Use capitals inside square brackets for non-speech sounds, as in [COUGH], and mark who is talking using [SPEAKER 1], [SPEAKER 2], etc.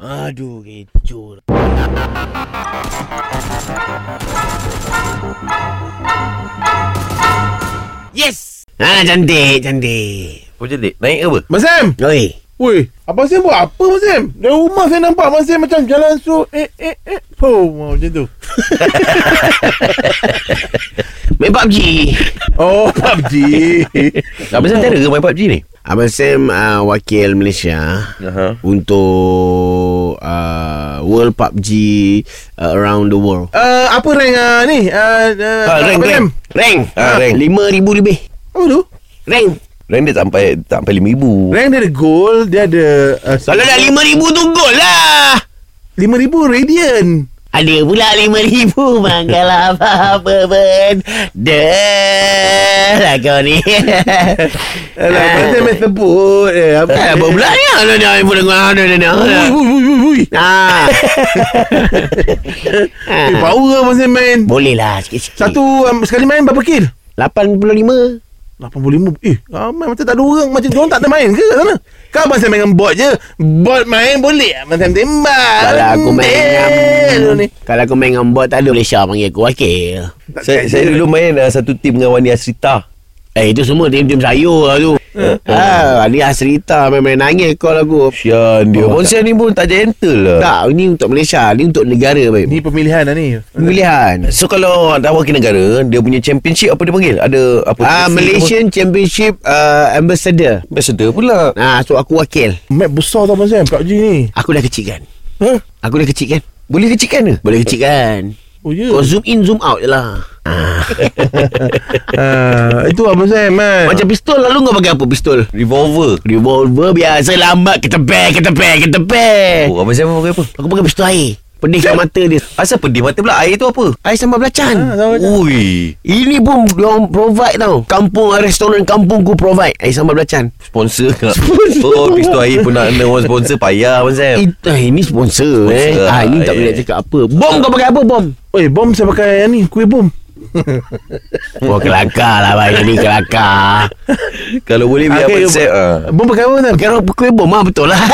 [SPEAKER 1] Aduh, kecoh. Yes! Ah, cantik, cantik.
[SPEAKER 2] Apa Oh, cantik? Naik ke apa?
[SPEAKER 3] Mak Sam
[SPEAKER 1] Oi.
[SPEAKER 3] Woi Abang Sam buat apa Mak Sam Dari rumah saya nampak Abang Sam macam jalan so Eh eh eh Oh macam tu
[SPEAKER 1] Main PUBG.
[SPEAKER 3] Oh PUBG
[SPEAKER 2] Abang Sam terror ke main PUBG ni?
[SPEAKER 1] [LAUGHS] Abang Sam uh, wakil Malaysia
[SPEAKER 2] Aha.
[SPEAKER 1] untuk uh, World PUBG uh, around the world.
[SPEAKER 3] uh, Apa rank uh, ni uh, uh,
[SPEAKER 2] Ah, rank,
[SPEAKER 3] Abang
[SPEAKER 2] rank.
[SPEAKER 3] Sam
[SPEAKER 1] Rank.
[SPEAKER 2] Ah, rank.
[SPEAKER 1] 5000 lebih.
[SPEAKER 3] Apa tu
[SPEAKER 1] Rank.
[SPEAKER 2] Rank dia tak sampai tak sampai 5000.
[SPEAKER 3] Rank dia ada gold Dia ada uh,
[SPEAKER 1] Kalau dah 5000 tu gol lah.
[SPEAKER 3] 5,000 radian
[SPEAKER 1] Ada pula lima ribu Mangkala apa-apa pun Dah lah kau ni
[SPEAKER 3] Alah Abang Sam main sebut eh, Apa
[SPEAKER 1] Eh, Apa pula ni Ada dah ibu dengar Ada dah dah
[SPEAKER 3] Wui wui wui wui, wui
[SPEAKER 1] Ah.
[SPEAKER 3] [LAUGHS] Eh power Abang Sam main
[SPEAKER 1] Boleh lah sikit-sikit
[SPEAKER 3] Satu um, sekali main berapa kill?
[SPEAKER 1] 85
[SPEAKER 3] 85 Eh ramai macam tak ada orang Macam diorang tak ada main ke kat sana Kau abang saya main dengan bot je Bot main boleh Abang saya tembak
[SPEAKER 1] Kalau aku main
[SPEAKER 3] Eh,
[SPEAKER 1] dengan
[SPEAKER 3] lu ni.
[SPEAKER 1] Kalau aku main dengan bot Tak ada Malaysia panggil aku wakil
[SPEAKER 2] Saya, saya dulu main uh, satu tim dengan Wani Asrita.
[SPEAKER 1] Eh itu semua tim-tim sayur lah tu
[SPEAKER 3] Eh,
[SPEAKER 1] Ah, ni Asrita main-main nangis call aku
[SPEAKER 2] Sian dia.
[SPEAKER 1] Oh,
[SPEAKER 2] Abang Sam ni pun tak gentle lah.
[SPEAKER 1] Tak, ini untuk Malaysia Ni untuk negara
[SPEAKER 3] Ni
[SPEAKER 1] baik
[SPEAKER 3] pemilihan lah ni
[SPEAKER 1] Pilihan
[SPEAKER 2] So kalau dah wakil negara, dia punya championship apa dia panggil? Ada apa?
[SPEAKER 1] Ah, Malaysian Championship uh, Ambassador.
[SPEAKER 2] Ambassador pula.
[SPEAKER 1] Ah, so aku wakil.
[SPEAKER 3] Map besar tau abang saya PUBG ni
[SPEAKER 1] Aku dah kecil kan.
[SPEAKER 3] Ha?
[SPEAKER 1] Aku dah kecil kan.
[SPEAKER 2] Boleh kecilkan ke? Hmm.
[SPEAKER 1] Boleh kecil kan.
[SPEAKER 3] Oh ya
[SPEAKER 1] Kau zoom in zoom out je lah. Ah.
[SPEAKER 3] Ah, Itu abang saya main
[SPEAKER 1] Macam pistol lalu kau pakai apa pistol?
[SPEAKER 2] Revolver.
[SPEAKER 1] Revolver biasa lambat kita bear kita bear kita bear.
[SPEAKER 2] Oh, Abang Sam pakai apa?
[SPEAKER 1] Aku pakai pistol air. Pedih kat mata dia.
[SPEAKER 2] Asal pedih mata pula air tu apa?
[SPEAKER 1] Air sambal belacan.
[SPEAKER 3] Ah, sama macam-
[SPEAKER 2] Ui,
[SPEAKER 1] Ini pun diorang provide tau. Kampung ah, restoran kampungku provide air sambal belacan.
[SPEAKER 2] sponsor ke? Oh, pistol air pun nak kena orang sponsor payah Abang Sam.
[SPEAKER 1] It, ah, ini sponsor, eh.
[SPEAKER 2] Sponsor,
[SPEAKER 1] Ah, ini
[SPEAKER 2] ah,
[SPEAKER 1] tak boleh
[SPEAKER 2] eh.
[SPEAKER 1] nak cakap apa. Bom kau pakai apa bom?
[SPEAKER 3] Eh bom saya pakai yang ni Kuih bom
[SPEAKER 1] Oh kelakar lah Abang Ini kelakar
[SPEAKER 2] Kalau boleh biar ah.
[SPEAKER 3] Pakai-
[SPEAKER 2] Abang Sam. ah.
[SPEAKER 1] [LAUGHS]
[SPEAKER 3] Bom pakai apa Sam?
[SPEAKER 1] Kira kuih bom lah betul lah